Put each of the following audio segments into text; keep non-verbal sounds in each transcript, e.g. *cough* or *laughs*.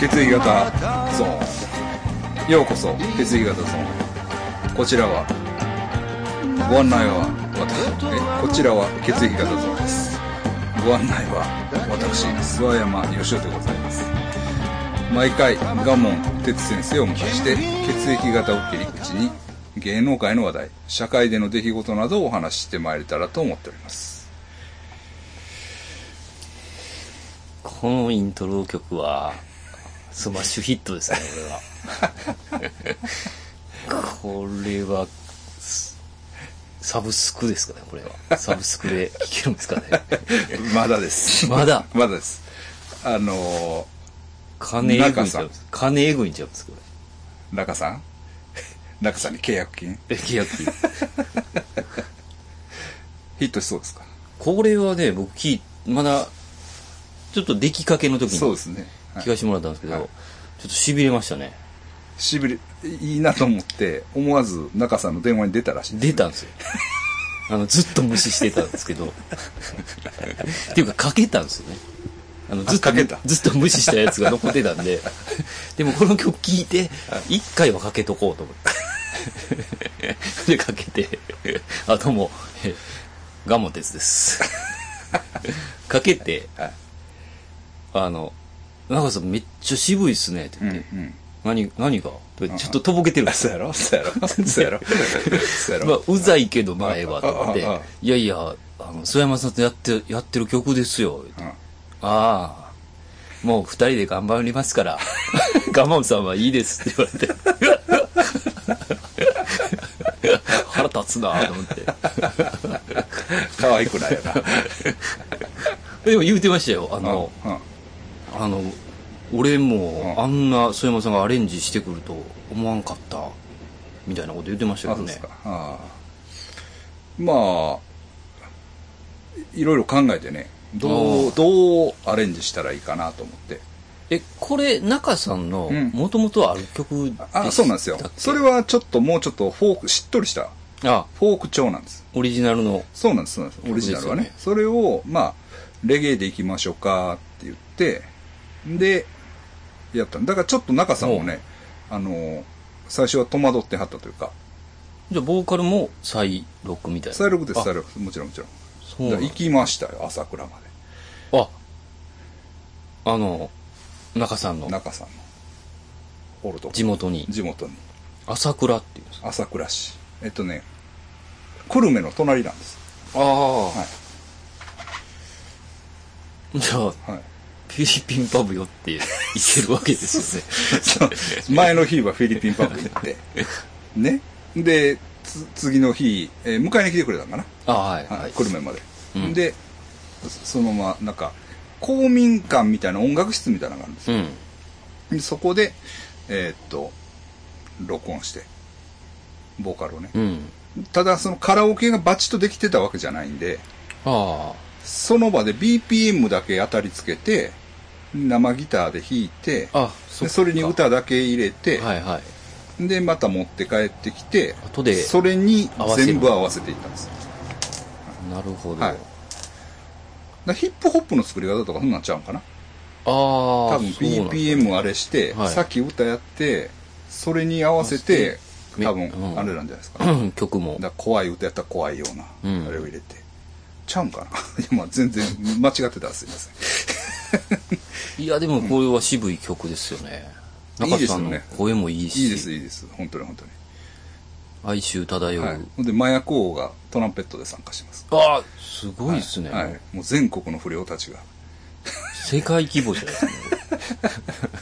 鉄液型ゾーンようこそ鉄液型ゾーンこちらはご案内は私えこちらは血液型ゾーンですご案内は私諏訪山義雄でございます毎回蒲門哲先生をお迎えして血液型を切り口に芸能界の話題社会での出来事などをお話ししてまいれたらと思っておりますこのイントロ曲は、スマッシュヒットですね、これは。これは、すサブスクですかね、これは。サブスクで聴けるんですかね。まだですまだまだですあのー金えぐいんちゃうんです。金えぐいんちゃうんです、こ中さん *laughs* 中さんに契約金れ。え、契約金。ヒットしそうですかこれはね、僕聞い、まだ、ちょっと出来かけの時にそうで聞すね、はいかしてもらったんですけど、はいちょっと痺れましたね。しびれいいなと思って思わず中さんの電話に出たらしい出たんですよ。あの、ずっと無視してたんですけど。っていうか、かけたんですよね。あの、ずっと、かけたずっと無視したやつが残ってたんで。でも、この曲聴いて、一回はかけとこうと思って。で、かけて、あ、どうも、えガモテツです。かけてはい、あの、中さんめっちゃ渋いっすね、ってうん言うって。ん何、何がとかちょっととぼけてるんですそうやろそうやろそうやろ *laughs* そうやまあろ、うざいけどまあええわと思ってああああ、いやいや、あの、諏訪山さんとやって、やってる曲ですよ。うんああ、もう二人で頑張りま *laughs* すから、ガモンさんはいいですって言われて。腹立つなと思って。可愛くないよな *laughs* でも言うてましたよ。あの、うんうんあの、俺うんもあんな諏訪山さんがアレンジしてくると思わんかった、みたいなこと言ってましたあけそどうですねか。ああまあいろいろ考えてねどあうどうアレンジしたらいいかなと思ってえ、これ、中さんのうん、もともとある曲であそうなんですよしたっけそれはちょっともうちょっとフォークしっとりしたあ、フォーク調なんですオリジナルの。そうなんですそうなんですオリジナルはねそうですよねそれをまあレゲエでいきましょうかって言ってでやったんだからちょっと中さんもねあの最初は戸惑ってはったというかじゃあ、ボーカルも再録みたいな。再録ですあ再録もちろんもちろんそうだかなんらだ行きましたよ朝倉まあ、あの、中さんでの中さんのおるとこ地元に、地元に朝倉っていうんですか。朝倉市えっとね久留米の隣なんですああはじゃあ、い、 *laughs* はい、フィリピンパブ寄って行けるわけですよ *laughs* ね。そう前の日はフィリピンパブ行ってねでつ次の日、えー迎えに来てくれたんかな、あはい。は、はいい。久留米まで、うんでそそのままなんか公民館みたいな音楽室みたいなのがあるんですようん。でそこでえーっと録音してボーカルをねうん。ただそのカラオケがバチッとできてたわけじゃないんでああ。その場で BPM だけ当たりつけて生ギターで弾いてあ、そそでそれにっ歌だけ入れて、てはいはい。でまた持って帰ってきて後でそれに合わせる全部合わせていったんですなるほど。はいだヒップホップの作り方とかそんなんちゃうんかなああ。多分そうなんだ BPM あれして、はいさっき歌やってそれに合わせて合多わせて分うんあれなんじゃないですか、うん曲も。だから怖い歌やったら怖いような、うんあれを入れてちゃうんかな *laughs* 今全然間違ってたらすいませんいや、でもこれは渋い曲ですよね。うん中田さいいんのですよね声もいいし、いいですいいです本当に本当に、哀愁漂う。はい、ほんで麻薬王がトランペットで参加しますああ、すごいですね、はい、もう全国の不良たちが世界規模じゃないですか、ね。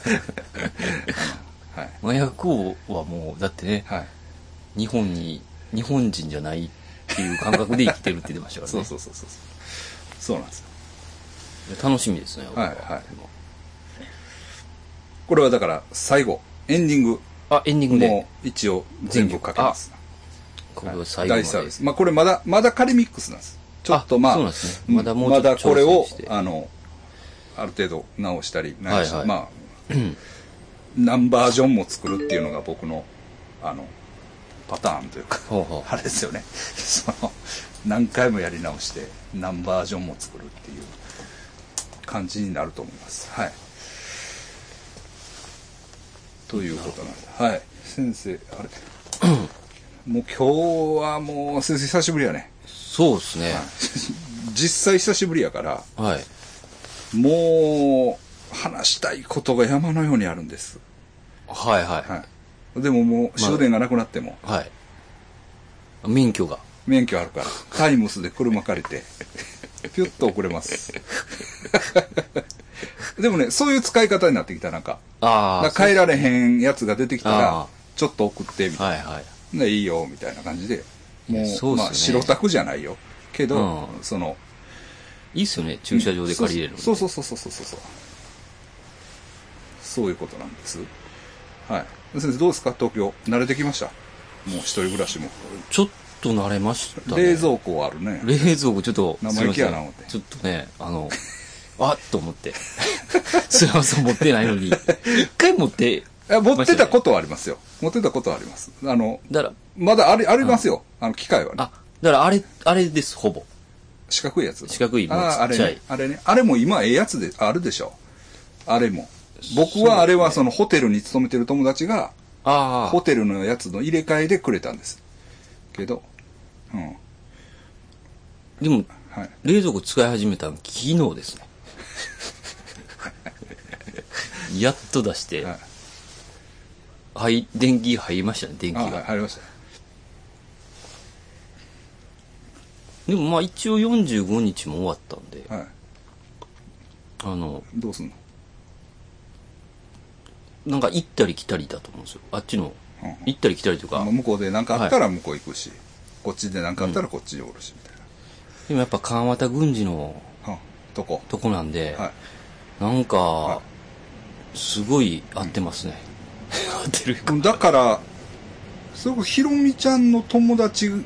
はい麻薬王はもう、だってね、はい日本に、日本人じゃないっていう感覚で生きてるって言ってましたか *laughs* らそね。うそうそうそうそうなんですよ楽しみですね、はいはいこれはだから最後エンディングあ、エンディングでも。う一応全部かけます、こはいれは最後ま大で。サービスまあこれまだまだ仮ミックスなんですちょっとまあそうなんですねうんまだもうちょっとまだこれを調整してあのある程度直したり何したりはいまはあ *clears throat* 何バージョンも作るっていうのが僕のあのパターンというかほうほうあれですよねその何回もやり直して何バージョンも作るっていう感じになると思いますはいということなんではい先生 *coughs* あれもう今日はもう先生久しぶりやねそうですね。実際久しぶりやからはい。もう話したいことが山のようにあるんです、はいははい、でももう終電がなくなっても、い。はい。免許が。免許あるからタイムスで車借りて *laughs* ピュッと遅れます *laughs* でもねそういう使い方になってきたなんかあだあ。から帰られへんやつが出てきたあらーちょっと送ってみたいはいはい。な、でいいよみたいな感じでもういやそうっすねまあ白タクじゃないよけど、うんそのいいっすよね、駐車場で借りれるの。そうそうそうそうそうそうそうそういうことなんですはい先生どうですか東京慣れてきましたもう一人暮らしも、ちょっと慣れましたね。冷蔵庫はあるね冷蔵庫ちょっと、生意気やなすいません思ってちょっとね、あの、 *laughs* あっと思って。 *laughs* すいません、持ってな *laughs* いのに。一回持って、え持ってたことはありますよ。持ってたことはあります。あの、だから、まだあり、ありますよ。あの、機械はね。あ、だからあれ、あれです、ほぼ。四角いやつ。四角いもうあーあれちっちゃいね。あれね。あれも今ええやつで、あるでしょ。あれも。僕はあれはそのホテルに勤めてる友達が、あホテルのやつの入れ替えでくれたんです。けど、うん。でも、はい。冷蔵庫使い始めたの昨日で *laughs* すね。やっと出して、はい。はい、電気入りましたね、電気あ、が。はい、入りました。でもまあ一応45日も終わったんで、はい。あの、どうすんのなんか行ったり来たりだと思うんですよ。あっちのうんうん、行ったり来たりとまかあ、向こうで何かあったら向こう行くし、こっちで何かあったらこっちにおるし、みたいでもやっぱ川俣軍事のな。うん。とこ。とこなんで、はい。なんはか、すごい合ってますね。 *laughs* 合ってるか。だから、それこそひろみちゃんの友達の、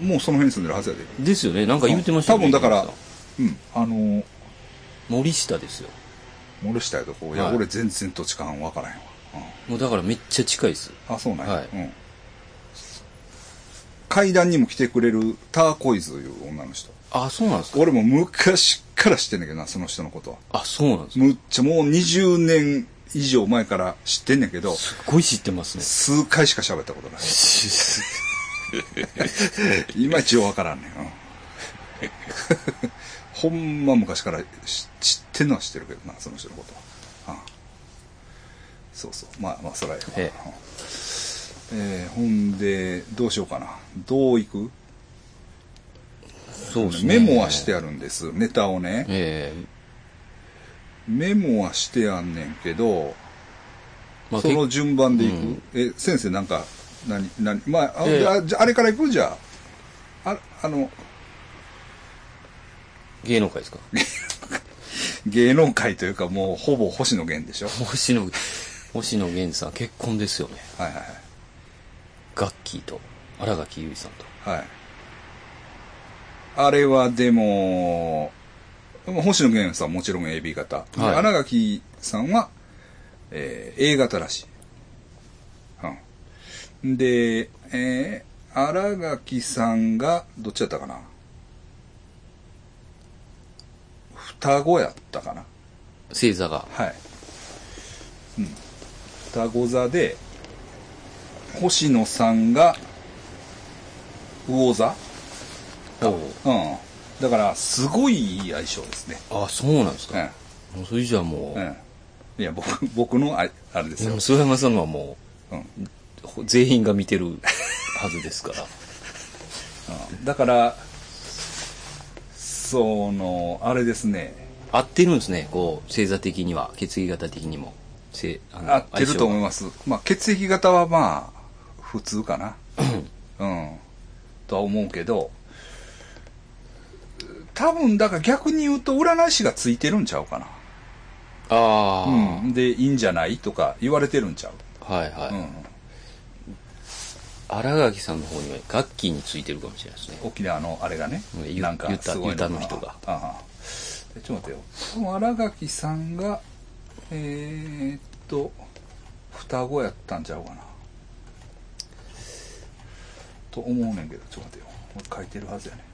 もうその辺に住んでるはずやで。ですよね、なんか言ってましたよね。多分だから森下、うん、あのー、森下ですよ。森下やとこ、いや、はい俺全然土地勘わからへんわ。もうだからめっちゃ近いです。うん、あ、そうなんや、はいうん。階段にも来てくれるターコイズいう女の人。あ、そうなんですか俺も昔から知ってんねんけどな、その人のことは。あ、そうなんですかむっちゃもう20年以上前から知ってんねんけど、すっごい知ってますね。数回しか喋った *laughs* ことない。いまいちようわからんねん。うんほんま昔からし知ってんのは知ってるけどな、その人のことは。うんそうそう。まあまあ、そらやわ。えうんえーほんで、どうしようかな。どういく、そうですメね。モはしてあるんです。ネタをね。ええメモはしてあんねんけど、まあ、そ結の構順番でいく、うんえ先生なんか何何まああ,ええじゃあ、じゃああれからいくじゃあああの芸能界ですか芸能界というかもうほぼ星野源でしょ星野、星野源さん結婚ですよね。はいはガッキーと、新垣結衣さんと。いはいはいあれはでもまあ星野源さんはもちろん AB 型、ではい新垣さんは、えー A 型らしい、うん、で、えー新垣さんがどっちだったかな双子やったかな星座が。はい、うん、双子座で星野さんが魚座うんだからすごいいい相性ですねあ、そうなんですか。もうそれじゃあもうん、うん、いや僕僕のああれですう、でよも、菅山さんのはもうんう、ほ全員が見てるはずです *laughs* から。だからそのあれですね合ってるんですね、こう、星座的には、血液型的にも。せあの合ってると思い相性がますまあ血液型はまあ普通かなうんとは思うけど多分だから逆に言うと占い師がついてるんちゃうかなああ、うん、でいいんじゃないとか言われてるんちゃう、はいはい。うん、新垣さんの方にはガッキーについてるかもしれないですね。沖縄のあれがねうんゆなんかゆたすごいゆたの人がああえちょっと待ってよでも新垣さんがえー、っと双子やったんちゃうかなと思うねんけどちょっと待ってよもう書いてるはずやね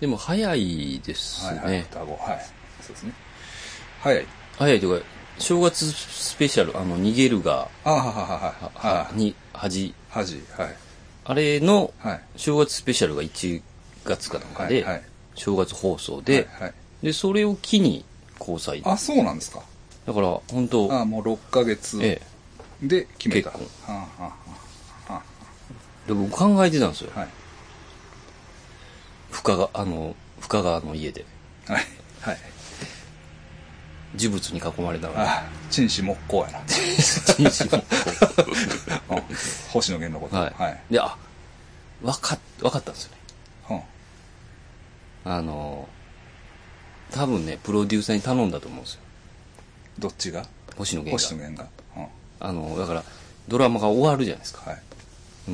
でも早いですね。はいはい双子はいそうですね早い早いというか、正月スペシャル、あの、逃げるが、あははははは。はい。に、恥、恥、はい。あれの、はい。正月スペシャルが1月かなんかで、はいはい正月放送で、はいはい。で、それを機に交際。だあ、そうなんですか。から、本当あもう6ヶ月ええ。で決めた。結はあはあはで僕考えてたんですよ。あはい。深川、あの、深川の家で。はい。はい。呪物に囲まれながら。あ、陳氏木工やな。人生をうん星野源のこと。 *laughs* はい。はい。で、あ、わかっ、わかったんですよね。うんあの、多分ね、プロデューサーに頼んだと思うんですよ。どっちが星野源星が野。源が。うんあの、だから、ドラマが終わるじゃないですか。はい。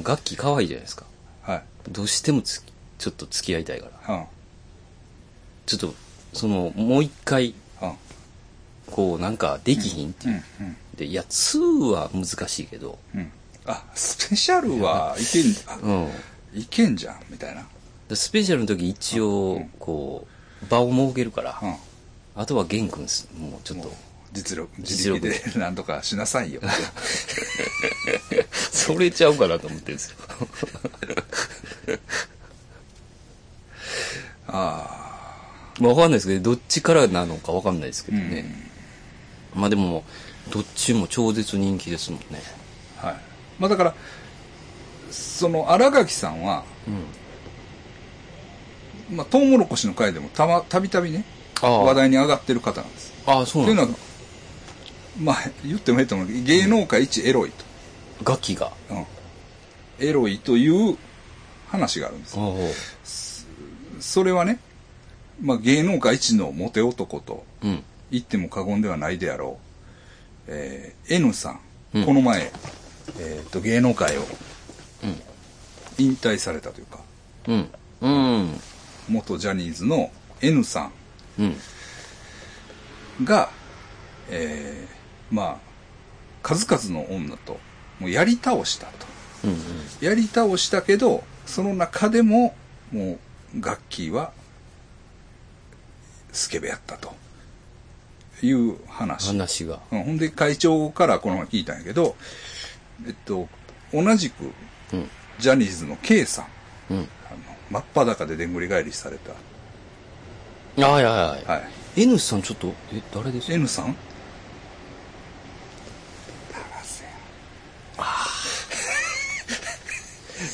楽器可愛いじゃないですか。はい。どうしてもつちょっと付き合いたいから。うちょっと、その、もう一回、ん。うん。こう、なんか、できひんってういんう。。で、いや、2は難しいけど、うん。うん。あ、スペシャルはいけん、あうん。いけんじゃん、みたいな。でスペシャルの時一応、こう、場を設けるから、うん。あとは玄君す、もうちょっと、実力、自実力力でなんとかしなさいよ。それちゃうかなと思ってるんですよ。 *laughs* あまあ、わかんないですけど、どっちからなのかわかんないですけあ。うどん。ね。まあでも、どっちも超絶人気ですもんね。はい。まあだから、その、荒垣さんは、うん。まあ、トウモロコシの回でもたま、たびたびね、ああ話題に上がってる方なんです。ああ、そうとないうんのだは。、まあ、言ってもいいと思うけど、芸能界一エロいと。ガキが。うん。エロいという話があるんです。おうおうそれはね、まあ、芸能界一のモテ男とうん。言っても過言ではないであろう、えー N さん、うんこの前、えーと芸能界を引退されたというかうん。うん。元ジャニーズの N さうん。んが、えーまあ数々の女ともうやり倒したとうん。やり倒したけどその中でももう楽器はスケベやったという話話が。うん、ほんで会長からこの前聞いたんやけど、えっと、同じくうん。ジャニーズの K さん、うん。あの真っ裸ででんぐり返りされああ、はいはいた、は。はい N さんちょっと、え、誰ですい、か N さん高瀬ああ *laughs*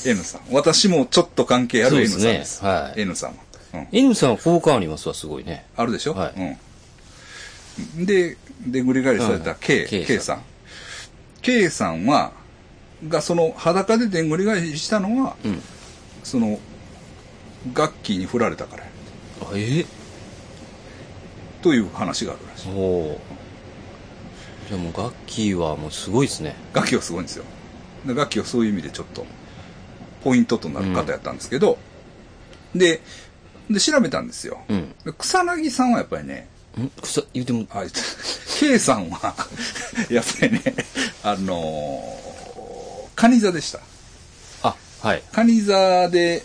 N さん私もちょっと関係あそうる N でさすんねですはい N さんは、うん、 N さんは好感ありますわ、すごいね。あるでしょ、はいうん、ででんぐり返りされた K,、はい K K さん K さんはがその裸ででんぐり返りしたのは、うん。そのガッキーに振られたからやあ、えという話があるらしいおうじゃあもうガッキーはもうすごいですね。ガッキーはすごいんですよでガッキーはそういう意味でちょっとポイントとなる方やったんですけど、でで調べたんですよ、うん。で草薙さんはやっぱりねん草、言うても、あいつ K さんは *laughs* やっぱりねあのー、カニ座でしたあ、はい。カニ座で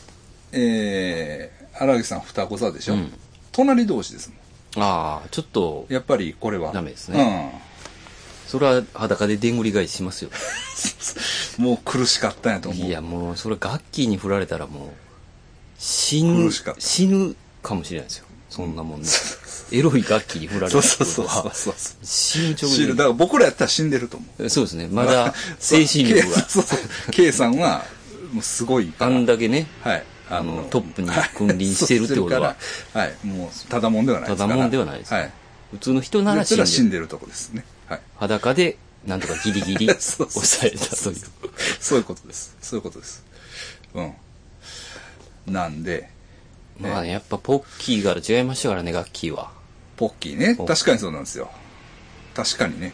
えー、荒木さん双子座でしょ、うん隣同士ですもんああ、ちょっと、やっぱりこれはダメですねうんそれは裸ででんぐり返ししますよ。 *laughs* もう苦しかったんやと思う。 *laughs* いや、もう、それガッキーに振られたらもう、死苦ぬしかっ、た死ぬかもしれないですよ。そんなもんね。 *laughs* エロいガッキーに振られそたっうてそうことそうそうは、そう。死ぬ直死ぬだか前ら僕らやったら死んでると思う。そうですね。まだ、精神 *laughs* 力 *laughs* が、そうそう。K さんは、もうすごいかあら。んだけね、はい。ああのトップに君臨してるってことははいそうからはい。もう、ただもんではないですから。ただもんではないですはい。普通 *laughs* の人なら奴死ら死んんででる。るとこですね。はい。裸で、なんとかギリギリ *laughs* そうそう抑えたという。そういうことです。そういうことです。うん。なんで、まあね、やっぱポッキーから違いましたからね、ガッキーは。ポッキーね。ポッ確かにそうなんですよ。確かにね。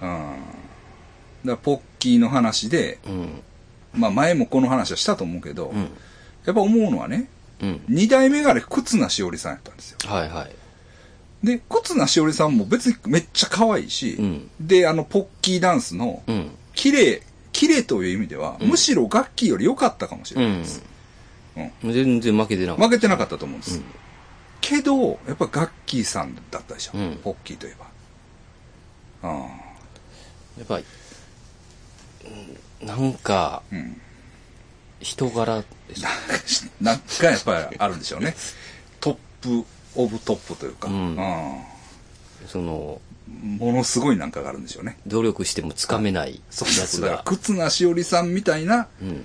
うん。だからポッキーの話で、うん。まあ前もこの話はしたと思うけど、うん。やっぱ思うのはね、うん。二代目があれ、忽那しおりさんやったんですよ。はいはい。で、忽那しおりさんも別にめっちゃ可愛いし、うんで、あの、ポッキーダンスのう、ん。綺麗、綺麗という意味では、うんむしろ楽器より良かったかもしれうないんです。。全然負けてなかっ負けてなかったと思うんでた。うす。ん。けど、やっぱ楽器さんだったでしょ、うんポッキーといえば。うんやっぱ、うんなんか、ん人柄でしょ *laughs* なんかやっぱりあるんでしょうねトップオブトップというか、うんうその、んものすごいなんかがあるんでしょうね努力してもつかめないやそうそうつだからが、忽那しおりさんみたいなうん、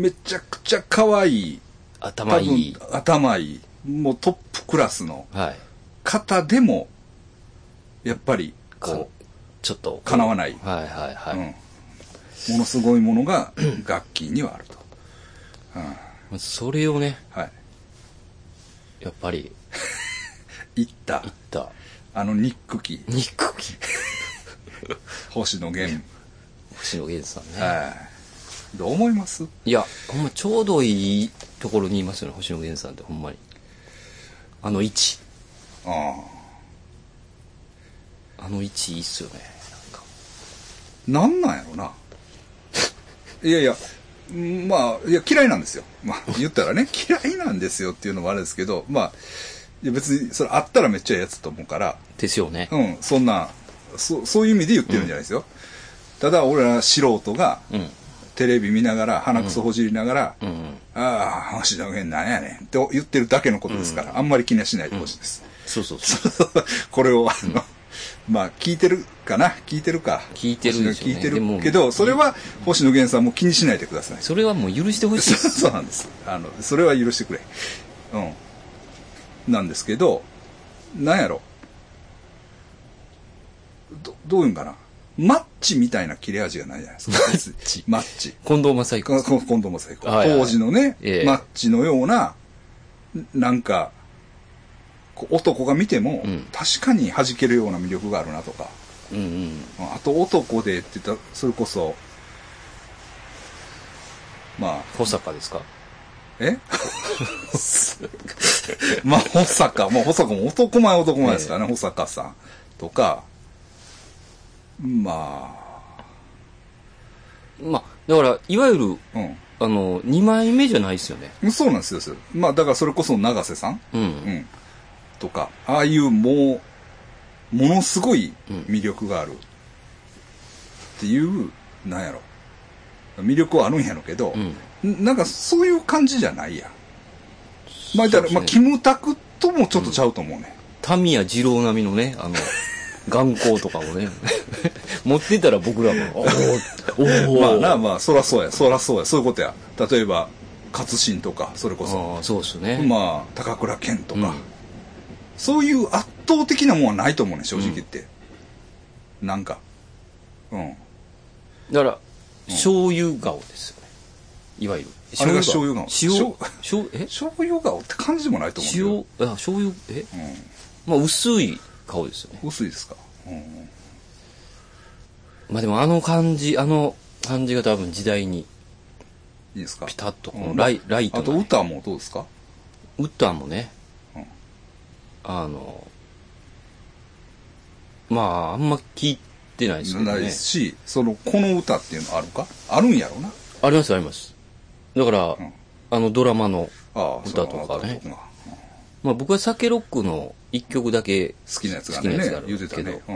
めちゃくちゃ可愛い頭いい多。分頭いいもうトップクラスのはい。方でもやっぱりかこちょっと。うかなわない、はいはいはい。うん、ものすごいものが楽器にはあると、それをね、はやっぱり、い、いった言った。あのニックキ憎き。星野源星野源さんね。はいどう思いますい、や、ほんまちょうどいいところにいますよね、星野源さんってほんまに。あの位置。ああの位置いいっすよね。なあんか。なんなんやろないやいやまあいや嫌いなんですよまあ言った *laughs* らね嫌いなんですよっていうのもあれですけどまあいや別にそれあったらめっちゃええやつと思うからですよね。うんそんなそそういう意味で言ってるんじゃないですよ、ただ俺ら素人がうん。テレビ見ながら鼻くそほじりながら、うんうん。ああ星野源なんやねんって言ってるだけのことですから、あんまり気にはしないでほしいです、そうそうそう。 *laughs* これを、あの、まあ、聞いてるかな聞いてるか。聞いてるでしょう聞ねいてでるもけど、それは星野源さんも気にしないでください。 *laughs* それはもう許してほしいそでうす。そうなんです。あの、それは許してくれ。うん。なんですけど、なんやろ。ど、どういうんかな。マッチみたいな切れ味がないじゃないですか。マッチマッチ。近藤正こ彦。こ今度も最高。はいはい当時のね、ええマッチのような、なんか、こう男が見ても、うん確かに弾けるような魅力があるなとか、うんうん。あと男でって言ったら、それこそ、まあ、保坂ですか *laughs* えまあ、保坂、まあ、保坂も男前男前ですからね、保坂さんとか、ままあ、だから、いわゆる、あ、うんあの、2枚目じゃないですよね。うん。そうなんですよ。まあ、だからそれこそ永瀬さんうん。うん、とかああいうもうものすごい魅力があるっていう、なんやろ魅力はあるんやろけど、んなんかそういう感じじゃないやんまあだから、そうですねまあ、キムタクともちょっとちゃうと思うね、タミヤ二郎並みのね、 *laughs* あの、眼光とかを *laughs* ね、持ってたら僕らも、おーおーまあなまあそらそうやそらそうやそういうことや例えば勝新とかそれこそあーそうですね。まあ高倉健とか、うんそういう圧倒的なもんはないと思うね正直言って、なんかうんだから、醤油顔ですよね。いわゆる。あれが醤油塩顔、塩、え醤油顔って感じでもないと思うけど塩、あ、醤油、えうまあ、薄い顔ですよね。ん、薄いですか、うん、まあでも、あの感じ、あの感じが多分時代に、いいですかピタッとこうのんライ、ライトあなと歌もどうですかウッターもね、うんあの、まあ、あんま聞いてないですけどないね。しそのこの歌っていうのあるかあるんやろうなあります、あります。だから、んあのドラマの、ああ歌とかねそのあたりがうんまあ僕は酒ロックの一曲だけ好きなやつが好きねなやつがある言うてたけねど、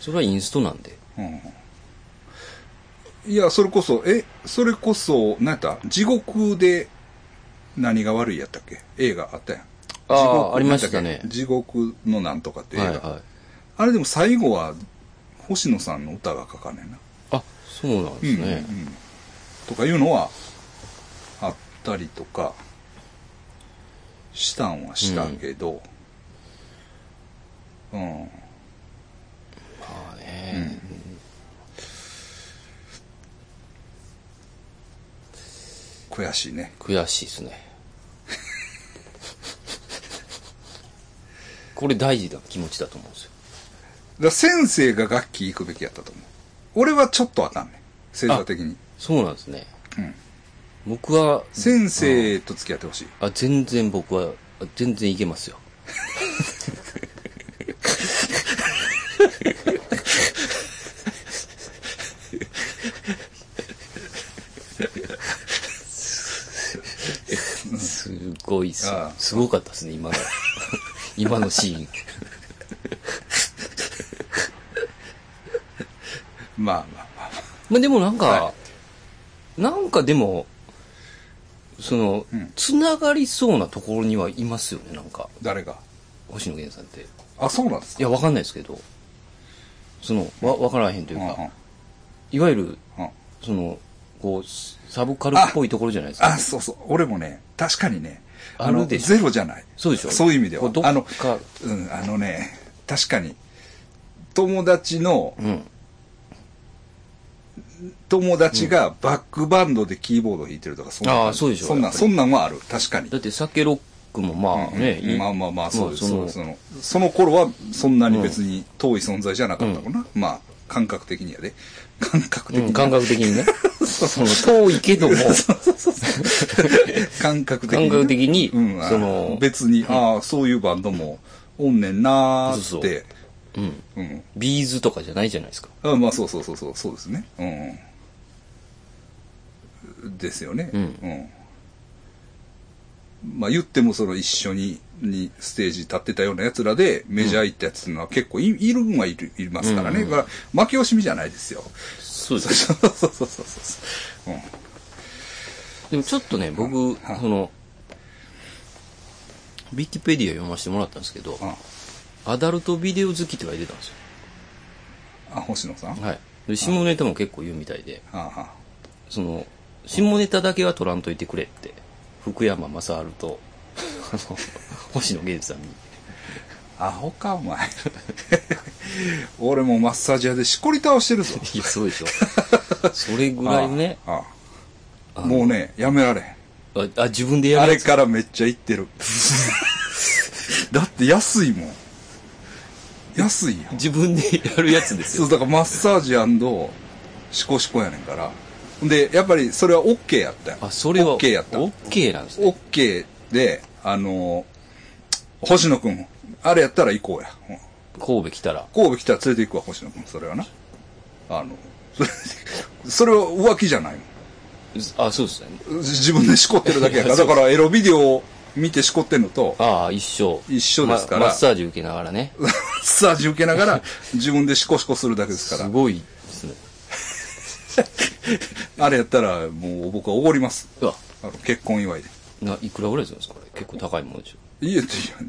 それはインストなんで。うんうん、いやそれこそえそれこそ何やった地獄で何が悪いやったっけ映画あったやんああ地獄ありましたね地獄のなんとかって映は画、いはい。あれでも最後は星野さんの歌が書かねえなあ、そうなんでうすね。んうんうんとかいうのはあったりとかしたんはしたけど、うんまあね、悔しいね悔しいですね。 *laughs* これ大事な気持ちだと思うんですよ。だから先生が楽器行くべきやったと思う俺はちょっとあかんねん星座的にそうなんですね。うん僕は、先生と付き合ってほしいあ、全然僕は、あ全然いけますよ。すごいっすああ。すごかったっすね、今の。今のシーン。まあまあまあまあでもなんか、はなんかでも、そのうん、つながりそうなところにはいますよね、なんか、誰が星野源さんって。あそうなんですいかや、わかんないですけど、その、わ、わからへんといううんうんか、いわゆる、うんその、こう、サブカルっぽいところじゃないですか。あそうそう俺もね確かにねああのるでしょゼロじゃないそうでしょそういう意味ではこれあどのっか、うんあのね確かに友達のうん。友達がバックバンドでキーボード弾いてるとかそんな感じああそうでしょそんなんやっぱりそんなんはある確かにだって、サケロックもまあね、うんいまあまあまあそうです、まそうあですそそののその頃はそんなに別に遠い存在じゃなかったかな、まあ感覚的にやで感覚的うん、に、 *laughs* 感覚的にね。その、遠いけども、感覚的感に覚的に、うん、その、別に、ああそういうバンドもおんねんなーってそうそううん。うんビーズとかじゃないじゃないですか。あまあそうそうそうそうそうですねうんですよねうんうんまあ言ってもその一緒ににステージ立ってたようなやつらでメジャー行ったやつっていうのは結構い,、るんはいるいますからね、うんうんだから負け惜しみじゃないですよそうです。 *laughs* そうそうそうそうそう、うん、でもちょっとね、僕、その、ウィキペディア読ませてもらったんですけど、あアダルトビデオ好きって書いてたんですよ。あ星野さん、はい。で、下ネタも結構言うみたいで、ああその、下ネタだけは取らんといてくれって、福山雅治と、あの、星野源さんに。アホかお前 *laughs* 俺もマッサージ屋でしこり倒して *laughs* るぞいや、そうでしょ。それぐらいね、ああもうねやめられへんああ自分でやあるれやつ。からめっちゃ行ってる。 *laughs* だって安いもん。安いやん。自分でやるやつですそよ。う、だからマッサージシコシコやねんから。で、やっぱりそれは OK やったよ。あ、それは、 OK やった。 OK なんですね。 OK で、あのー星野くん、あれやったら行こうや。うん神戸来たら。神戸来たら連れて行くわ、星野くん、それはな。あの、 *laughs* それ、それは浮気じゃないもん。あ、そうですね。自分でしこってるだけや *laughs* から。だからエロビデオを見てしこってんのと、 *laughs* ああ、一緒。一緒ですからまマッサージ受けながらね。マッサージ受けながら自分でシコシコするだけですかすら。ごいですね。あれやったらもう僕はおごります。うわ、あの結婚祝いで。ないくらぐらいするんですかこれ。結構高いものでしょ。いや、い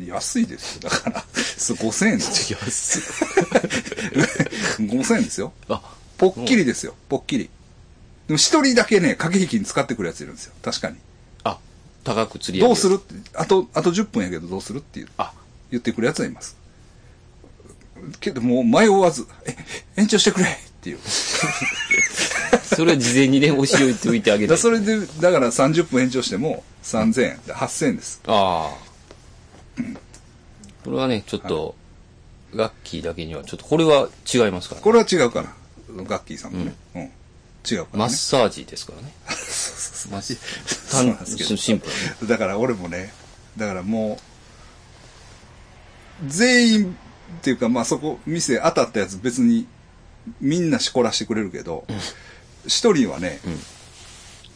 や安いですよ。だから、そう5000円 *laughs* です安い。よ。5000円ですよ。あ、ポッキリですよ。ポッキリ。でも一人だけね、駆け引きに使ってくるやついるんですよ。確かに。あ、高く釣り上げどうするって、あと、あと10分やけどどうするっていう、あ、言ってくるやつはいます。けどもう迷わず、え、延長してくれっていう。それは事前 *laughs* にね、お塩言っておいてあげだてから。それで、だから30分延長しても3000円、8000円です。ああ。これはね、ちょっと、ガッキーだけには、ちょっとこれは違いますからね、これは違うかな。ガッキーさんもね。うん。違うかマな、ッね。サージですからね。マッうサなんですけどージ。シンプルにね。だから俺もね、だからもう、全員っていうか、まあそこ、店当たったやつ別にみんなしこらしてくれるけど、一、人はね、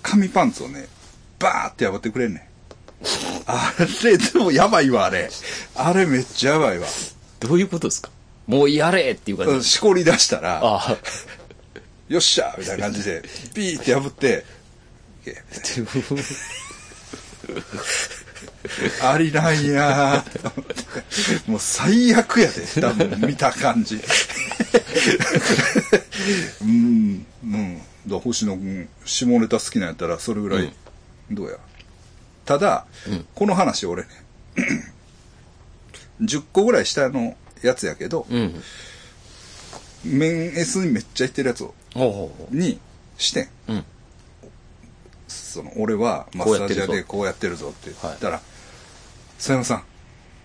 紙パンツをね、バーって破ってくれんねん。あれ、でもやばいわ、あれ。あれめっちゃやばいわ。どういうことですかもうやれっていう感じ。しこり出したら、ああ。よっしゃーみたいな感じで、ピーって破って、いけ *laughs* ありないやーと思ってもう最悪やで、多分見た感じ。 *laughs* うん、うん。だから星野君、下ネタ好きなんやったら、それぐらい、どうや。ただ、この話 *clears throat* 俺ね、10個ぐらい下のやつやけど、うん。面 S にめっちゃいってるやつをほうほうほにしてんう。うん。その俺はマッサージ屋でこうやってるぞって言ったら「曽、山さん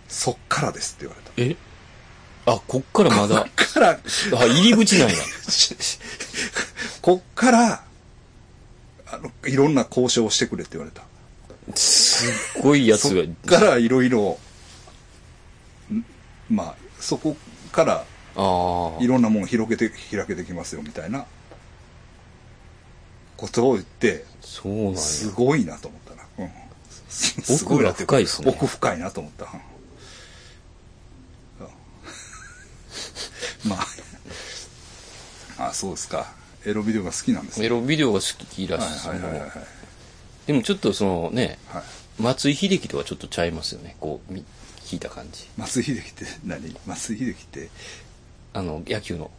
そっからです」って言われたえあ、こっから *laughs* まだ。こっからあ、入り口なんや。こっからあのいろんな交渉をしてくれって言われたすっごいやつそがっ。からいろいろんまあそこからあいろんなもん広げて開けてきますよみたいなことを言ってあ。そうなんや。すごいなと思ったな。うん、すご奥ながってう深いですね奥深いなと思った。うんうんまあ、あ、そうですかエロビデオが好きなんですねエロビデオが好きらしいはいはいはいはいはいでもちょっとそのね、はい松井秀喜とはちょっとちゃいますよね。こう、み聞いた感じ。松井秀喜って何松井秀喜ってあの、野球の。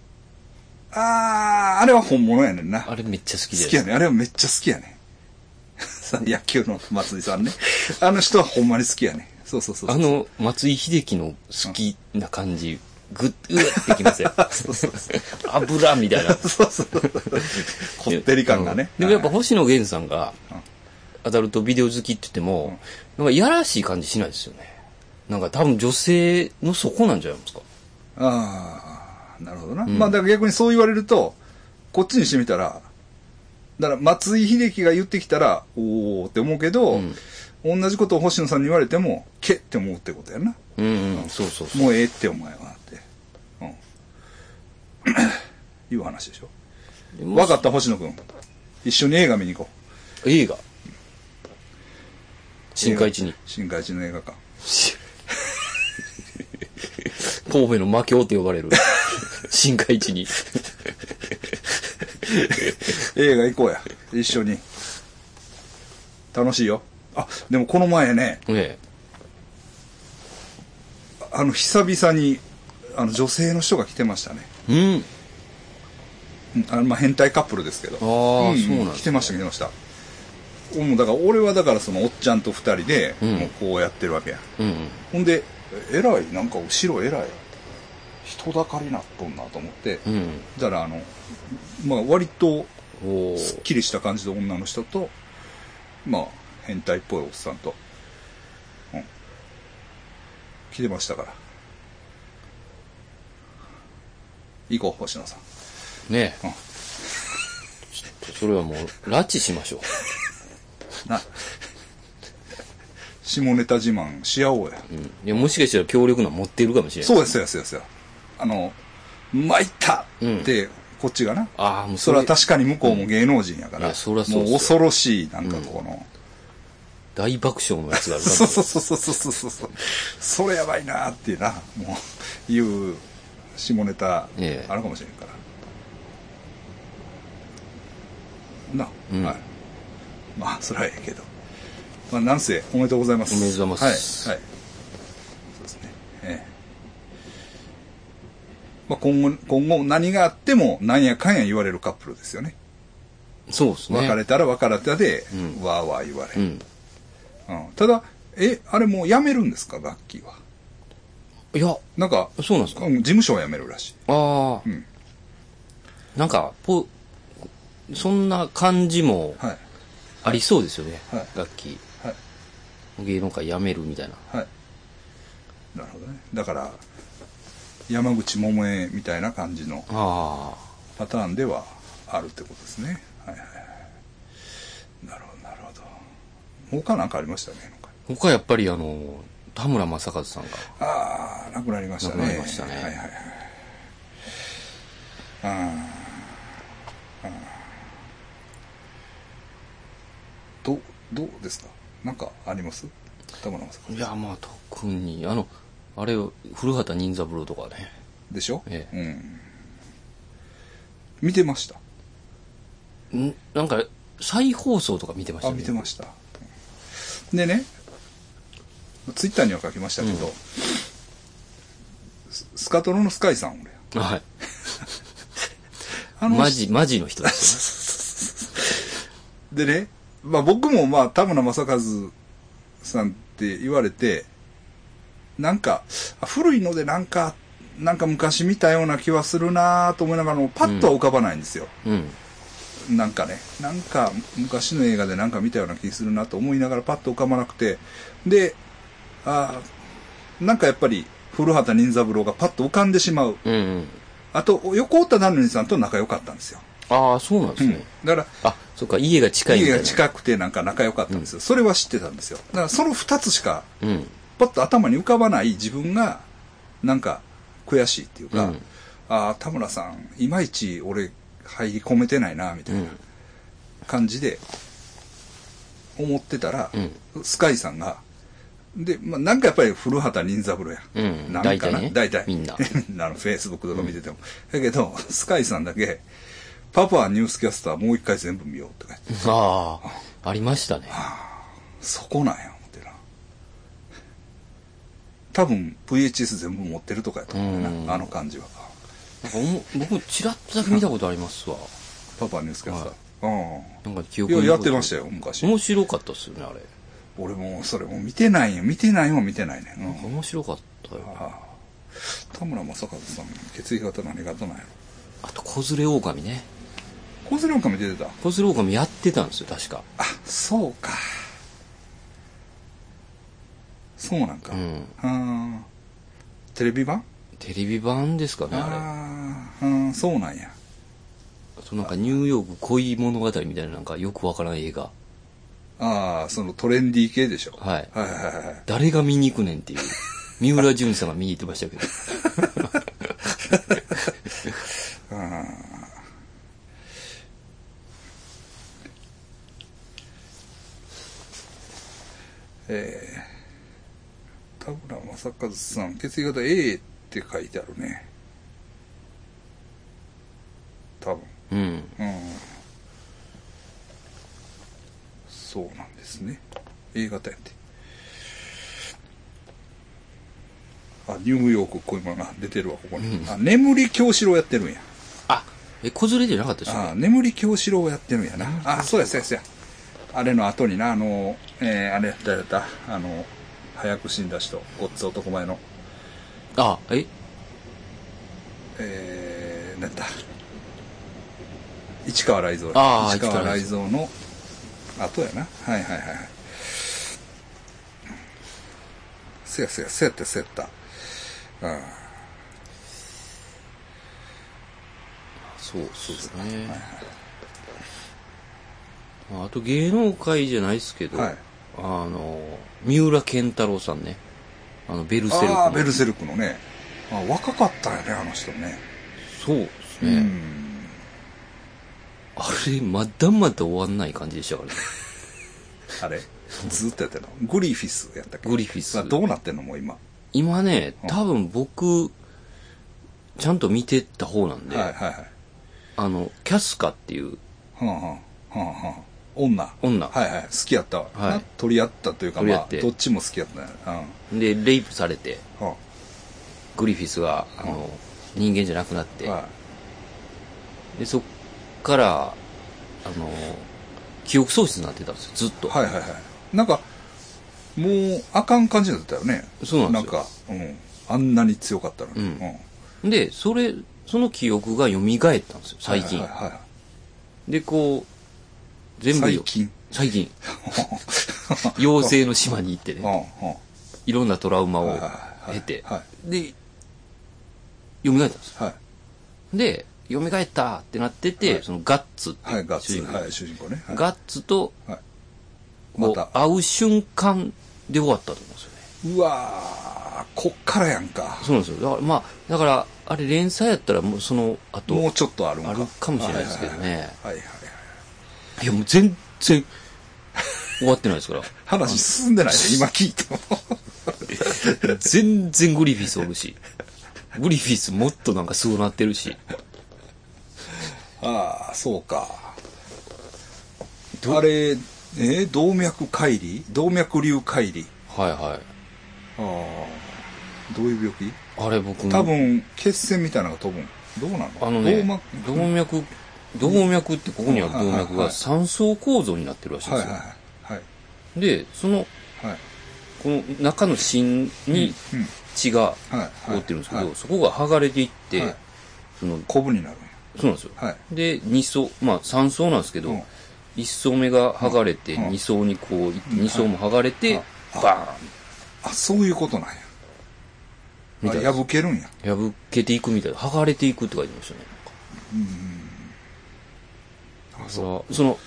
あーあれは本物やねんなあれめっちゃ好きで。好きやねあれはめっちゃ好きやね野球の松井さんねあの人はほんまに好きやねそうそうそうそうあの、松井秀喜の好きな感じ、ぐっ、うわってきますよ。そうそうそう *laughs* 油みたいな。そうそうこってり感がね、うんでもやっぱはい星野源さんがうん、アダルトビデオ好きって言っても、なんかいやらしい感じしないですよね。なんか多分女性の底なんじゃないですか。ああなるほどな、まあだから逆にそう言われるとこっちにしてみたらだから松井秀喜が言ってきたらおおって思うけど、同じことを星野さんに言われてもけって思うってことやなうん、うん、そうそうそう。もうええってお前はって、うん、 *coughs* いう話でしょ分かった星野君一緒に映画見に行こう映画。深海地に。新海地の映画館神戸の魔境って呼 *laughs* ばれる。深海地に。映画行こうや一緒に楽しいよあでもこの前ねええ。あの久々にあの女性の人が来てましたね、うん。うんあのまあ、変態カップルですけどああんそうなんですね来てました来てましたもうだから俺はだからそのおっちゃんと二人でんもうこうやってるわけや、うんうん。ほんでええらいなんか後ろえらい人だかりなっとんなと思って、うだんからあの、まあ、割とうん。おすっーきりした感じの女の人とまあ変態っぽいおっさんと、うん、来てましたから行こう星野さんねえうん。ちょっとそれはもう、拉致しましょう。な下ネタ自慢し合おうや、うん。いや、もしかしたら強力なの持ってるかもしれなそい。うですそうですそうですあの参ったって、こっちがなああ、もうそそれれは確かに向こうも芸能人やかいら、やそりゃそうっもすよう恐ろしいなんかこの、大爆笑のやつがあるかそうら。そうそうそうそうそうそうそれやばいなーっていうなもういう下ネタあるええかもしれんから、な、うんはいまあそれはええけど、まあ、なんせおめでとうございますおめでとうございますはい、はい、そうですねええまあ、今後今後何があってもなんやかんや言われるカップルですよねそうですね。別れたら別れたで、うんわーわー言われ、うん。うんただえあれもうやめるんですか楽器はいや、なんかそうなんですかうん事務所は辞めるらしいああ、んなんか、ぽ、そんな感じもはいありそうですよね。はい楽器。はい芸能界辞めるみたいな。はいなるほどねだから山口百恵みたいな感じのああ。パターンではあるってことですねはいはいはいなるほどなるほど他なんかありましたねなんか僕はやっぱりあの、田村正和さんが。ああなくなりましたねなくなりましたねはいはいはいあーあーどうどうですかなんかあります田村正和いや、まあ特に、あの、あれを、古畑任三郎とかね。でしょ、えうん、見てましたんなんか、再放送とか見てましたあね。見てましたでねツイッターには書きましたけど、ススカトロのスカイさん俺た。はい。あのマジ、マジの人ですでね、まあ、僕もまあ田村正和さんって言われてなんかあ古いのでなんかなんか昔見たような気はするなと思いながらもパッとは浮かばないんですよ、よ *laughs* ね。なんかね、なんか昔の映画でなんか見たような気するなと思いながらパッと浮かばなくて、で、あーなんかやっぱり古畑任三郎がパッと浮かんでしまう。うん。うんうん。あと、横尾忠則さんと仲良かったんですよ。ああ、そうなんですね。だかあ、そっか、家が近ら、いみた家いな。が近くてなんか仲良かったんですよ。それは知ってたんですよ。だからその二つしか、うん。パッと頭に浮かばない自分が、なんか悔しいっていうか、うんああ、田村さん、いまいち俺入り込めてないな、みたういな。ん。感じで思ってたら、スカイさんが、で、まあ、なんかやっぱり古畑任三郎や。うんなんかな大体ね大体。 *laughs* みんなあの、フェイスブックとか見てても。だけど、スカイさんだけ、パパはニュースキャスターもう一回全部見ようって書いてあるああ、ありましたね。そこなんや思ってな多分 VHS 全部持ってるとかやと思うんだようなんあの感じはなんかおも僕、ちらっとだけ見たことありますわ。パパはニュースキャスター、なんか記うん憶いややってまししたよ昔面白かったっすよね、あれ。俺もそれもう見てないよ見てないも見てないね、うん面白かったよ。ああ田村正和さん血液型何型なんやろあと、子連れ狼ね。コズレオンカ見てた子連れ狼やってたんですよ、確か。あそうかそうなんか、うんあーテレビ版テレビ版ですかね、あああうんそうなんやれ。あとなんかニューヨーク恋物語みたいななんかよくわからない映画。ああそのトレンディー系でしょはい。はいはいはいはい誰が見に行くね *laughs* んっていう。三浦淳さんが見に行ってましたけど。えー、田村正和さん血液型 A って書いてあるね多分うん。うんそうなんですね A 型やってあニューヨーク恋物が出てるわここに、あ眠り京四郎やってるんやあ、え、子連れじゃなかったでしょあ眠り京四郎をやってるんやなあそうやそうやそうやあれの後になあの、えーあれ誰だったあの早く死んだ人ごっつ男前のあ、え、えー、なんだ市川雷蔵あー市川市川雷雷蔵の後やなはいはいはいはいせやせやせやったせやったそうそうですね。あと芸能界じゃないですけど、はいあの、三浦健太郎さんね。あの、ベルセルクああの。ーベルセルクのねあ若かったよねあの人ねそうですうね。んあれ、まだまだ終わんない感じでしたからね。あれ *laughs* ずっとやってるのグリフィスやったっけグリフィスはどうなってんのもう今今ね、多分僕、ちゃんと見てった方なんで、はいはいはいあの、キャスカっていう、はんはんはんはん女女はいはい好きやったわ、はいな取り合ったというか取りま合あってどっちも好きやったねで、レイプされて、うんはグリフィスが、あの、人間じゃなくなって、んはいで、そっから、あの、記憶喪失になってたんですよ、ずっと。はいはいはい。なんか、もう、あかん感じだったよね。そうなんですよか、うん。あんなに強かったのに。うんで、それ、その記憶が蘇ったんですよ、最近。はいはいはいで、こう、全部よ最 *laughs* 近。最近。 *laughs* は妖精の島に行ってね、い。うんうんいろんなトラウマをはいはいはい経ては、で、蘇ったんですよ。はい。で、蘇ったってなってはて、いそのガッツってはいい、うガッ主ツ。人公はい、主人公ね。はいガッツと、はい。まこうた、会う瞬間で終わったと思うんですよね。うわー、こっからやんか。そうなんですよ。だから、まあ、だから、あれ連載やったらもうその後、もうちょっとあるんか。あるかもしれないですけどねはいはいはい。はいはいはいいやもう全然、終わってないですから。話進んでないね、今聞いても。 *laughs* 全然グリフィスおるし。グリフィスもっとなんかすごなってるし。ああ、そうか。あれ、えー動脈解離動脈瘤解離。はいはい。ああどういう病気あれ僕多分血栓みたいなのが飛ぶんどうなのあのね動脈、動脈、動脈ってここにある動はいはい脈はいが三層構造になってるらしいんはいではいすよ。はいで、その、はいこの中の芯にうん血がはい覆ってるんですけはいはど、いそこが剥がれていって、はいその、コブになるんやそうなんですよ。はいで、二層、まあ三層なんですけど、うん一層目が剥がれて、うん二層にこう行って、二層も剥がれて、バーンあそういうことなんやみたいあ破けるんや破けていくみたいな、剥がれていくって書いてましたね。あそそうの、その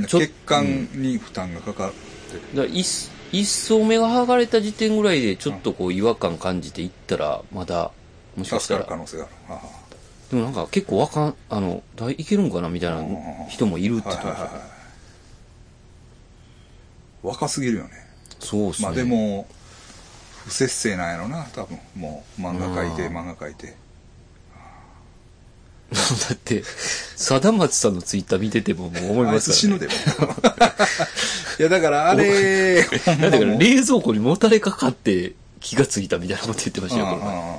うんちょ血管に負担がかかってるだから一一層目が剥がれた時点ぐらいでちょっとこう違和感感じていったら、まだ、もしかし助た、からる可で能性があるあもなんか結構わかん、あの、だいいけるんかなみたいな人もいるってあ言はっいてはいまはいした。はい若すぎるよねそうっすね。まあで、も不節制なんやろな多分もう漫画描いて漫画描いて *laughs* だって、貞松さんのツイッター見ててももう思いあいまつす死かぬでも。 *laughs* いや、だからあれ、ほんら、ね。まだかもらう冷蔵庫にもたれかかって気がついたみたいなこと言ってましたよ、このうん前うんうん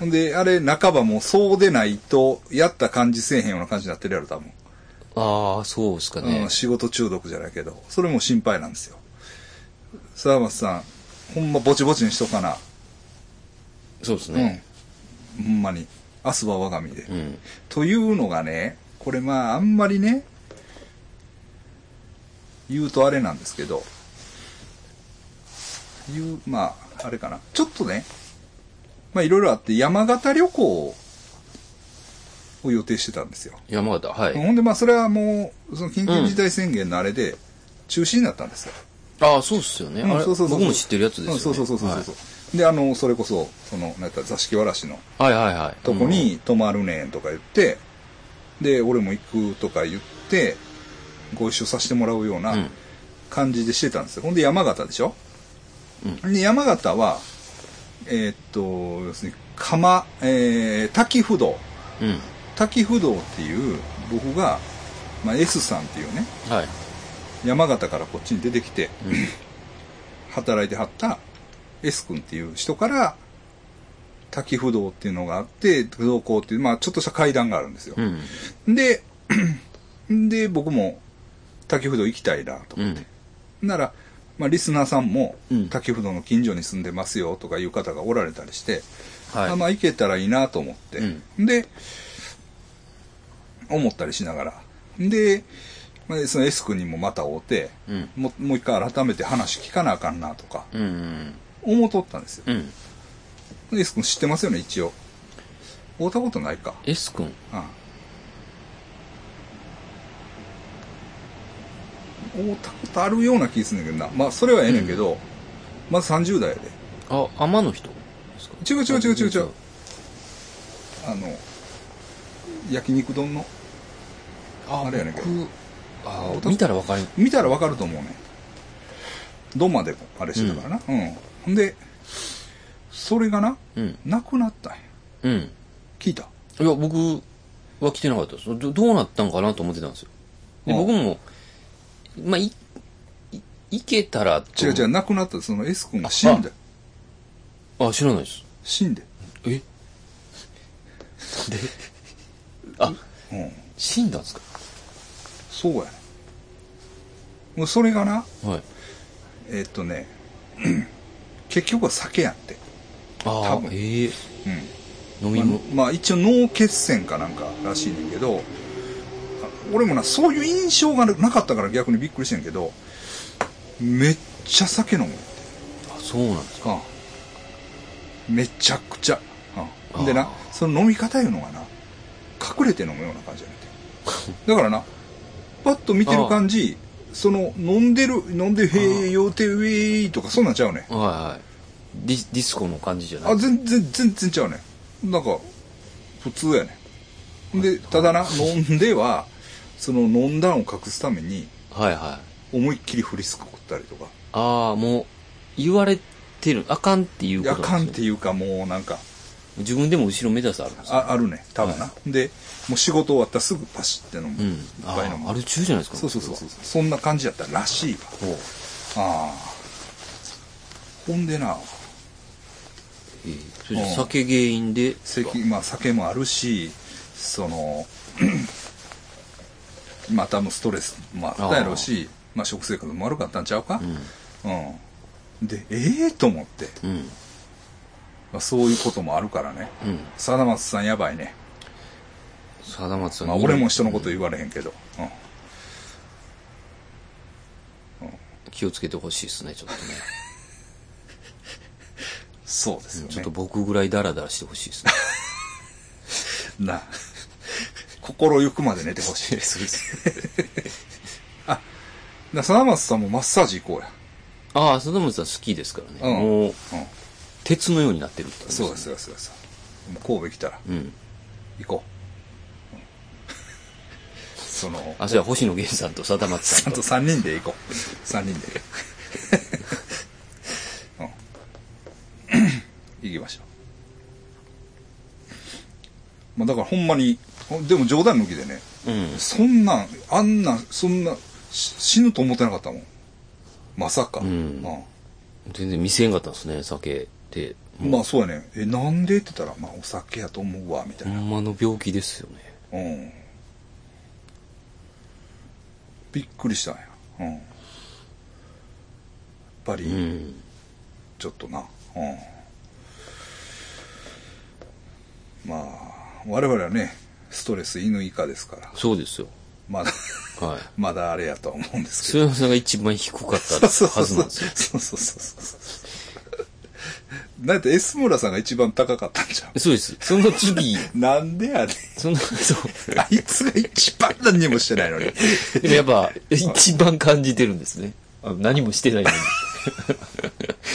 ほん *laughs* で、あれ、半ばもうそうでないと、やった感じせえへんような感じになってるやろ、多分。ああ、そうですかうねん、。仕事中毒じゃないけど、それも心配なんですよ。沢松さん、ほんまぼちぼちにしとかな。そうですうんね。。ほんまに。明日は我が身で。うん。というのがね、これまあ、あんまりね、言うとあれなんですけど、言う、まあ、あれかな。ちょっとね、まあ、いろいろあって、山形旅行を予定してたんですよ。山形、はい。ほんで、まあ、それはもう、その緊急事態宣言のあれで、中止になったんですよ。ああ、そうっすよね。うんあれそうそうそう僕も知ってるやつですよね。うんそうそうそうそうそう。で、あの、それこそ、その、なんやったら座敷わらしのはい。はいはいはい。とこに泊まるねんとか言って、で、俺も行くとか言って、ご一緒させてもらうよううん、うなん感じでしてたんですよ。ほんで、山形でしょうで、山形は、えーっと、要するに、釜、えー、滝不動。うん。滝不動っていう、僕が、まあ、S さんっていうね、はい。山形からこっちに出てきて、うん働いてはった S 君っていう人から、滝不動っていうのがあって、不動校っていう、まあちょっとした階段があるんですよう。ん。で、 *clears throat* で、僕も滝不動行きたいなと。うん。なら、まあリスナーさんもうん滝不動の近所に住んでますよとかいう方がおられたりして、はい。あまあ行けたらいいなと思って、で、思ったりしながら。で、まあ、その S 君にもまた会うて、うん。もうもう一回改めて話聞かなあかんなとかうん。思うとったんですよ。うん。エス君知ってますよね、一応。会うたことないか。 S 君。うん。会うたことあるような気するんだけどな。まあ、それはええねんけど、まず30代やで。あ、天の人ですか違う違う違う違う違う。あの、焼肉丼の、あ、あれやねんけど僕、あー、見たらわかる。見たらわかると思うね。どまでもあれしてたからな。うん。ほんで、それがな、うん。なくなったんや。うん。聞いた。いや、僕は来てなかったです。どどうなったんかなと思ってたんですよ。で、うん僕も、まあ、い、い、いけたらと違う違う、亡くなった、その S 君が死んだ。あ、知らないです。死んで。えで、あ、うん。死んだんですかそうやね。もうそれがな、はい。えっとね、 *clears throat* 結局は酒やって。多あ分あ、ええう飲みん。ま物あ、、まあ一応脳血栓かなんからしいねんけど、あ俺もな、そういう印象がなかったから逆にびっくりしてんけど、めっちゃ酒飲む。あ、そうなんですか。うんめちゃくちゃ。うんあーでな、その飲み方いうのがな、隠れて飲むような感じやねんて。だからな、パッと見てる感じ、その、飲んでる、飲んで、へえ、酔うて、ウェーイとか、そんなんちゃうねん。はいはい。ディスディスコの感じじゃないあ、全然、全然ちゃうねん。なんか、普通やねん。で、ただな、飲んでは、その飲んだのを隠すために、はいはい。思いっきりフリスク食ったりとか、ああ、もう、言われてる、あかんっていういこやあとなかんんっです、ね、ていうか、もうなんか、自分でも後ろ目指すあるんですよああるね多分な、はでもう仕事終わったらすぐパシッて飲む、うんいっ。あぱい飲むーあれ中じゃないですか。そうそうそうそうそんな感じやったらしいわこれは。ほうああほんでなえーそれで酒原因で、咳、まあ、酒もあるしその *clears throat* まあ多分ストレスもあったやろうしまあ、食生活も悪かったんちゃうかうん。うん、でええと思って、うん。まあ、そういうこともあるからねうん。貞松さんやばいねさだまつさんまに。あ、俺も人のこと言われへんけど、うん、気をつけてほしいですね、ちょっとね。そうですよ *laughs* ねちょっと僕ぐらいダラダラしてほしいです *laughs* ね。な、心ゆくまで寝てほしい。そうです。な、貞松さんもマッサージ行こうや。ああ、さだまつさん好きですからね。うんもう、うん。鉄のようになってるって、そうです、そう。です、そうです。もう神戸来たらうん。行こう。その、あ、じゃあ星野源さんとさだまつちさゃん *laughs* んとと。3人で行こう。3人で。うん。行きましょう。まあだからほんまに、でも冗談抜きでねうん。そんなんあんなそんなし死ぬと思ってなかったもんまさか、んまあ全然見せんかったんですね、酒って。まあそうやね。え、なんでって言ったら、まあお酒やと思うわ、みたほいな。んまの病気ですよね。うん。びっくりしたんや。うん。やっぱうり、ん。ちょっとな。うん。まあ、我々はね、ストレス犬以下ですから、そうですよ。ま *laughs* だ、 *laughs* はい。まだあれやとは思うんですけ菅ど。山さんが一番低かったはそうずそなうんですそうよ。そうそうそう。なんて、エスムラさんが一番高かったんじゃん。そうです。その *laughs* 次、なんでやねん。その、そう。あいつが一番何にもしてないの *laughs* に。 *laughs* でもやっぱ、一番感じてるんですね。あ何もしてな *laughs* いのに。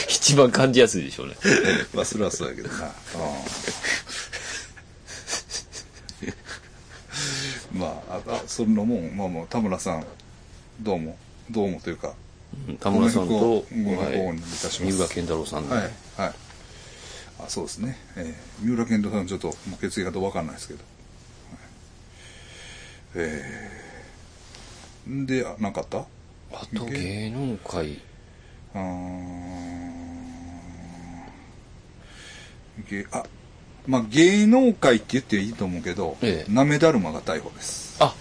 一番感じやすいでしょうね。まあ、それはそうやけどな。うんまあ、あ、あそんなもん、まあもう、田村さん、どうも、どうもというか、うん田村さんと、ごは冥福をご冥福をお願いいたします三浦健太郎さんで。はい、はい。あ、そうですね。えー三浦健太さん、ちょっと、もう血液がどうわかんないですけど。はいえーんで、あ、なんかあったあと芸能界、うーんげあまあ芸能界って言っていいと思うけど、ええなめだるまが逮捕です、あ、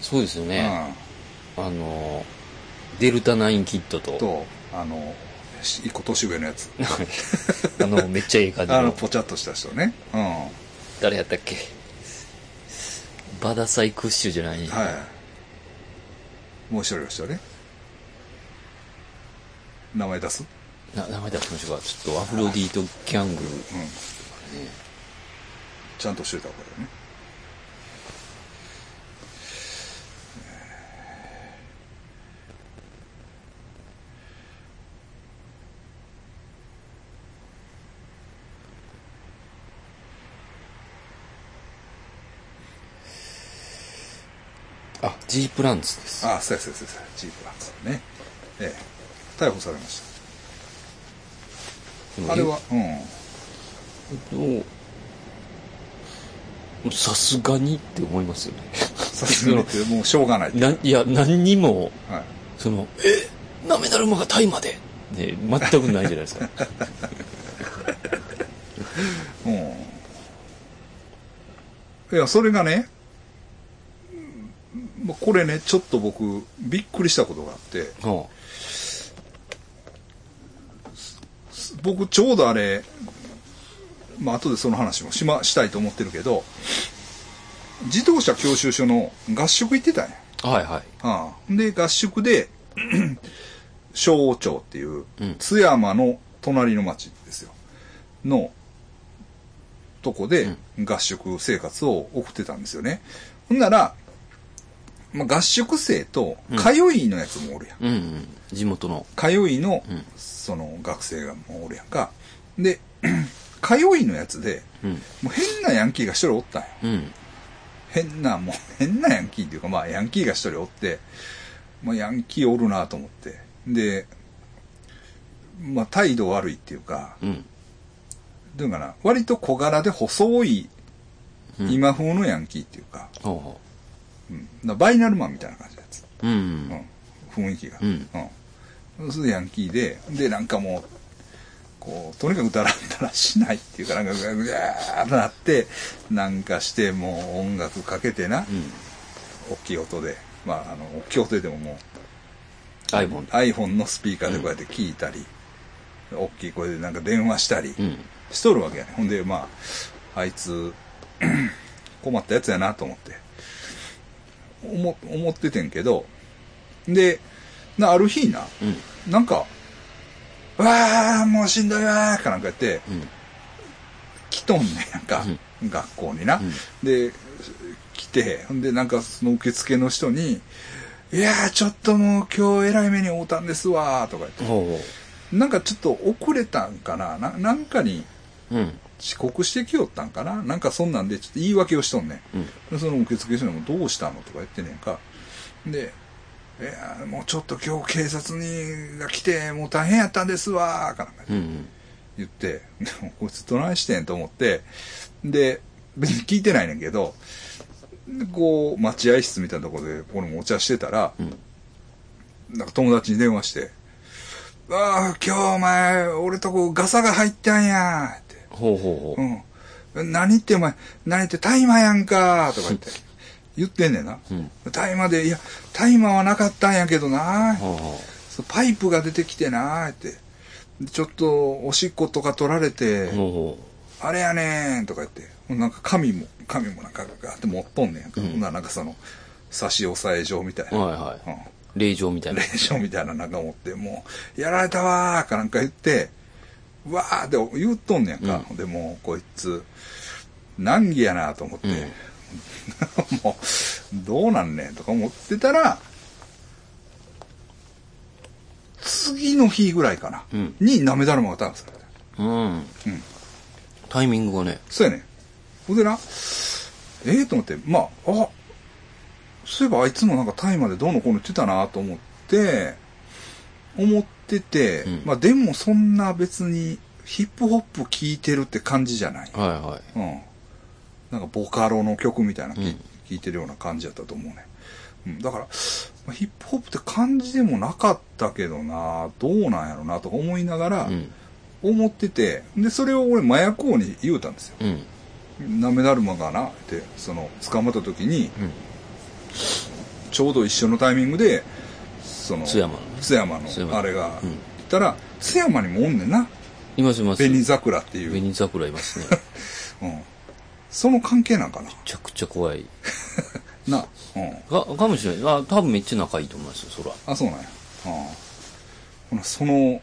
そうですよね。あの、デルタナインキッドうん、と、とあのし一個年上のやつあの、めっちゃいい感じあのの、ぽちゃっとした人ねうんは誰やったっけバダサイクッシュじゃない、いもう一人の人ね名前出すな名前出しましょうか。ちょっとアフロディートギャング。うんちゃんとしてた方がいいよねあ、ジープランツです。あそうやそうやそうやそうやジープランさんねええ逮捕されましでもたあれはうんもうさすがにって思いますよね。 *laughs* さすがにもうしょうがないっていうな、いや、何にも、はいその、え、なめだるまが大麻で、ね、全くないじゃないですか。 *laughs* うん。いや、それがね、うんまこれね、ちょっと僕、びっくりしたことがあって、は僕ちょうどあれ、まあ後でその話もしま、したいと思ってるけど、自動車教習所の合宿行ってたんや。あはいはい。ああで、合宿で、 *clears throat* 昭和町っていううん、津山の隣の町ですよ。の、とこで合宿生活を送ってたんですよね。ほんなら、まあ、合宿生と、通いのやつもおるやん。うん、うん。地元の。通いのうん、その学生がもうおるやんか。で、 *clears throat* 通いのやつで、うん。もう変なヤンキーが一人おったんや。うん。変な、もう変なヤンキーっていうか、まあヤンキーが一人おって、まあヤンキーおるなと思って。で、まあ態度悪いっていうか、うん。どういうのかな、割と小柄で細いうん今風のヤンキーっていうか、ほうほうん、なバイナルマンみたいな感じのやつ。う。うん。うん、雰囲気が。うんうん。それでヤンキーで、で、なんかもう、こう、とにかくだらだらしないっていうか、なんか、ぐやーっとなって、なんかして、もう音楽かけてな、うん。大きい音で、まあ、あの、大きい音ででももアイボンう、で。 iPhone のスピーカーでこうやって聞いたり、大きい声でなんか電話したりうん。しとるわけやね。ほんで、まあ、あいつ、 *clears throat* 困ったやつやなと思って、思、思っててんけど、で、な、ある日な、うん。なんか、わー、もうしんどいわーかなんかやって、うん。来とんねんなんか、学校にな、で来てほんでなんかその受付の人に「いやーちょっともう今日えらい目に遭うたんですわ」とか言ってほうほなんかちょっと遅れたんかなななんかにう。うん。遅刻してきよったんかななんかそんなんでちょっと言い訳をしとんねんうん。でその受付所にも「どうしたの?」とか言ってんねんかで「いやーもうちょっと今日警察にが来てもう大変やったんですわ」かなんかうん。言って、でもこいつどないしてんと思って、で、別に聞いてないねんけど、こう、待合室みたいなところで、俺もお茶してたら、なんか友達に電話して、ああ、今日お前、俺とこガサが入ったんや、って。ほうほううほん。何ってお前、何って大麻やんかとか *laughs* 言って。言ってんねんな。うん大麻で、いや、大麻はなかったんやけどな、う。ほうほそうパイプが出てきてなって。ちょっと、おしっことか取られて、う。ほうほあれやねんとか言って、もうなんか紙も、紙もなんかガーって持っとんねんか。うんほんならなんかその、差し押さえ状みたいな。はいはいうん令状みたいな連。勝みたいななんか持って、もう、やられたわーかなんか言って、うわーって言っとんねやんか。で、もうこいつ、難儀やなと思って、うん *laughs* もう、どうなんねんとか思ってたら、次の日ぐらいかな、うんになめだるまが逮捕された。うん。タイミングがね。そうやねん。ほんでな、ええと思って、まあ、あ、そういえばあいつもなんかタイまでどうのこうの言ってたなと思って、思ってて、うんまあでもそんな別にヒップホップ聴いてるって感じじゃない。はいはうん。なんかボカロの曲みたいなの聴うんいてるような感じだったと思うね。うん、だから、まあヒップホップって感じでもなかったけどなどうなんやろなとか思いながらい。う、ん。思ってて、で、それを俺麻薬王に言うたんですよ。うん。なめだるまがなってその捕まった時にうん。ちょうど一緒のタイミングでその津山のね津山津山ののあれが、う言んったら津山にもおんねんないますいます。紅桜っていう、紅桜いますね。めうん、その関係なんかなちゃくちゃ怖い。な、うん、が、かもしれない。あ、多分めっちゃ仲いいと思いますよ、そら。あそうなんや、うんほなその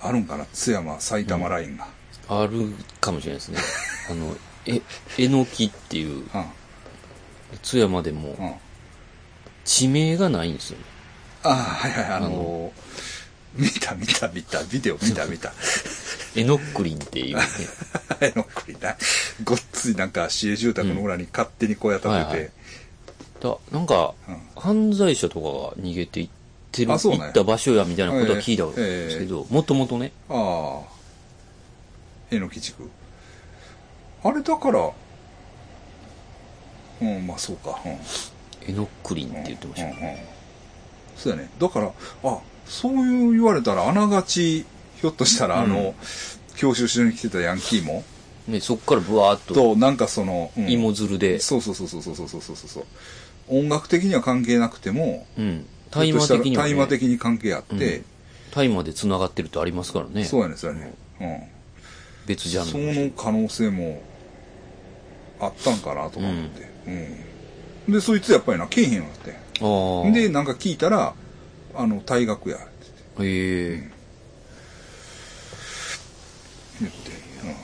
あるんかな津山埼玉ラインが、あるかもしれないですね。あの、え、えのきっていう、うん津山でも、うん、あ地名がないんですよね。あはいはいあのー見た見た見たビデオ見た見たえのっくりんっていうね。前の栗な。 *laughs* ごっついなんか市営住宅の裏に勝手に小屋建てて、うんはいはいだなんか、う犯罪者とかが逃げていってる、あそう行なんやった場所やみたいなことは聞いたことあるんええですけど、もともとね、ああ、えのき地区。あれだから、うん、まあそうか。うん。えのっくりんって言ってましたうんね。うんうんそうだね。だから、あ、そういう言われたら、あながち、ひょっとしたら、あの、教習所に来てたヤンキーも、ね、そっからブワーっと、と、なんかその、うん芋づるで、そうそうそうそうそうそうそうそうそう。音楽的には関係なくても、うん。大ひょっ麻的には、ね、としたら大麻的に関係あって、うん大麻で繋がってるとありますからね。そうやねそうやね、うん別ジャンそルの人。の可能性もあったんかなとか思って、うんでそいつやっぱりなけえへんわってああ。でなんか聞いたら「あの退学や」ってええ言って、うん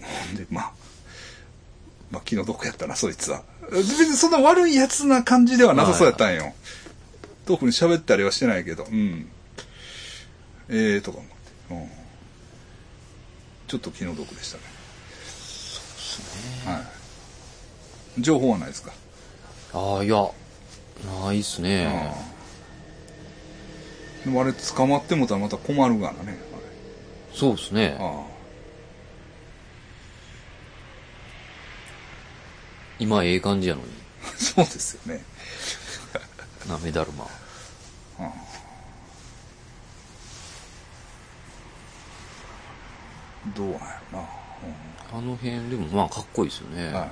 ほんでまあまあ気の毒やったなそいつは別にそんな悪いやつな感じではなさそうやったんよ特に喋ったりはしてないけどうんええとか思って、うん、ちょっと気の毒でしたねはい情報はないですかああ、いや、ないっすね。でもあれ捕まってもたらまた困るからねあれそうっすね。あ *laughs* 今、ええ感じやのに。あそうですよねなめだるま。どうなんやろな、あの辺、でもまあ、かっこいいですよね。うんはい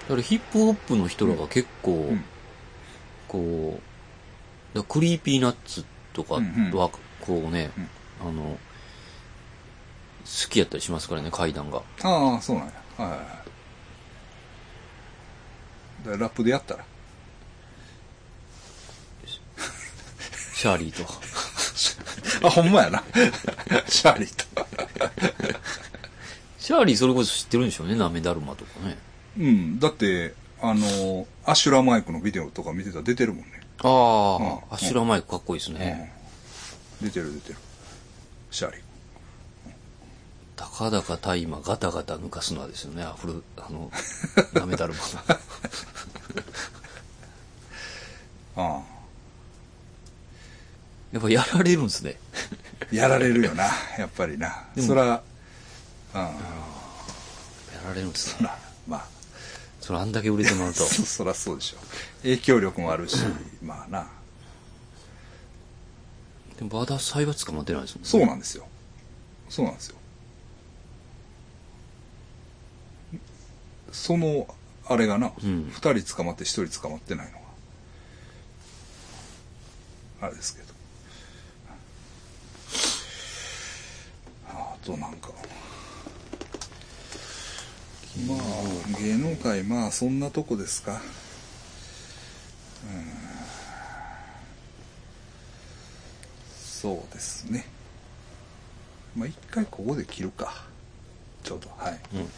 だから、ヒップホップの人らが結構、んこう、だからクリーピーナッツとかうんうは、こうね、あの、好きやったりしますからね、階段が。ああそうなんやはいはいはいだからラップでやったらシャーリーと。あほんまやなシャーリーとシャーリーそれこそ知ってるんでしょうね、なめだるまとかね。うんだってあのアシュラマイクのビデオとか見てたら出てるもんね、あうあ、んアシュラマイクかっこいいですね。うん、出てる出てるシャーリーたかだか大麻ガタガタ抜かすのはですよね、アフル、あの、なめだるああま。 *laughs* やっぱやられるんですね。やられるよなやっぱりなでもそらうんやられるんですそね。らまあそれあんだけ売れてもらうと。そそらそうでしょ影響力もあるしまあなでも、まだ幸は捕まってないですもんね。そうなんですよそうなんですよそのあれがな、二ん2人捕まって1人捕まってないのがあれですけどあとなんかまあ芸能界まあそんなとこですかうんそうですねまあ一回ここで切るかちょうどはいうん。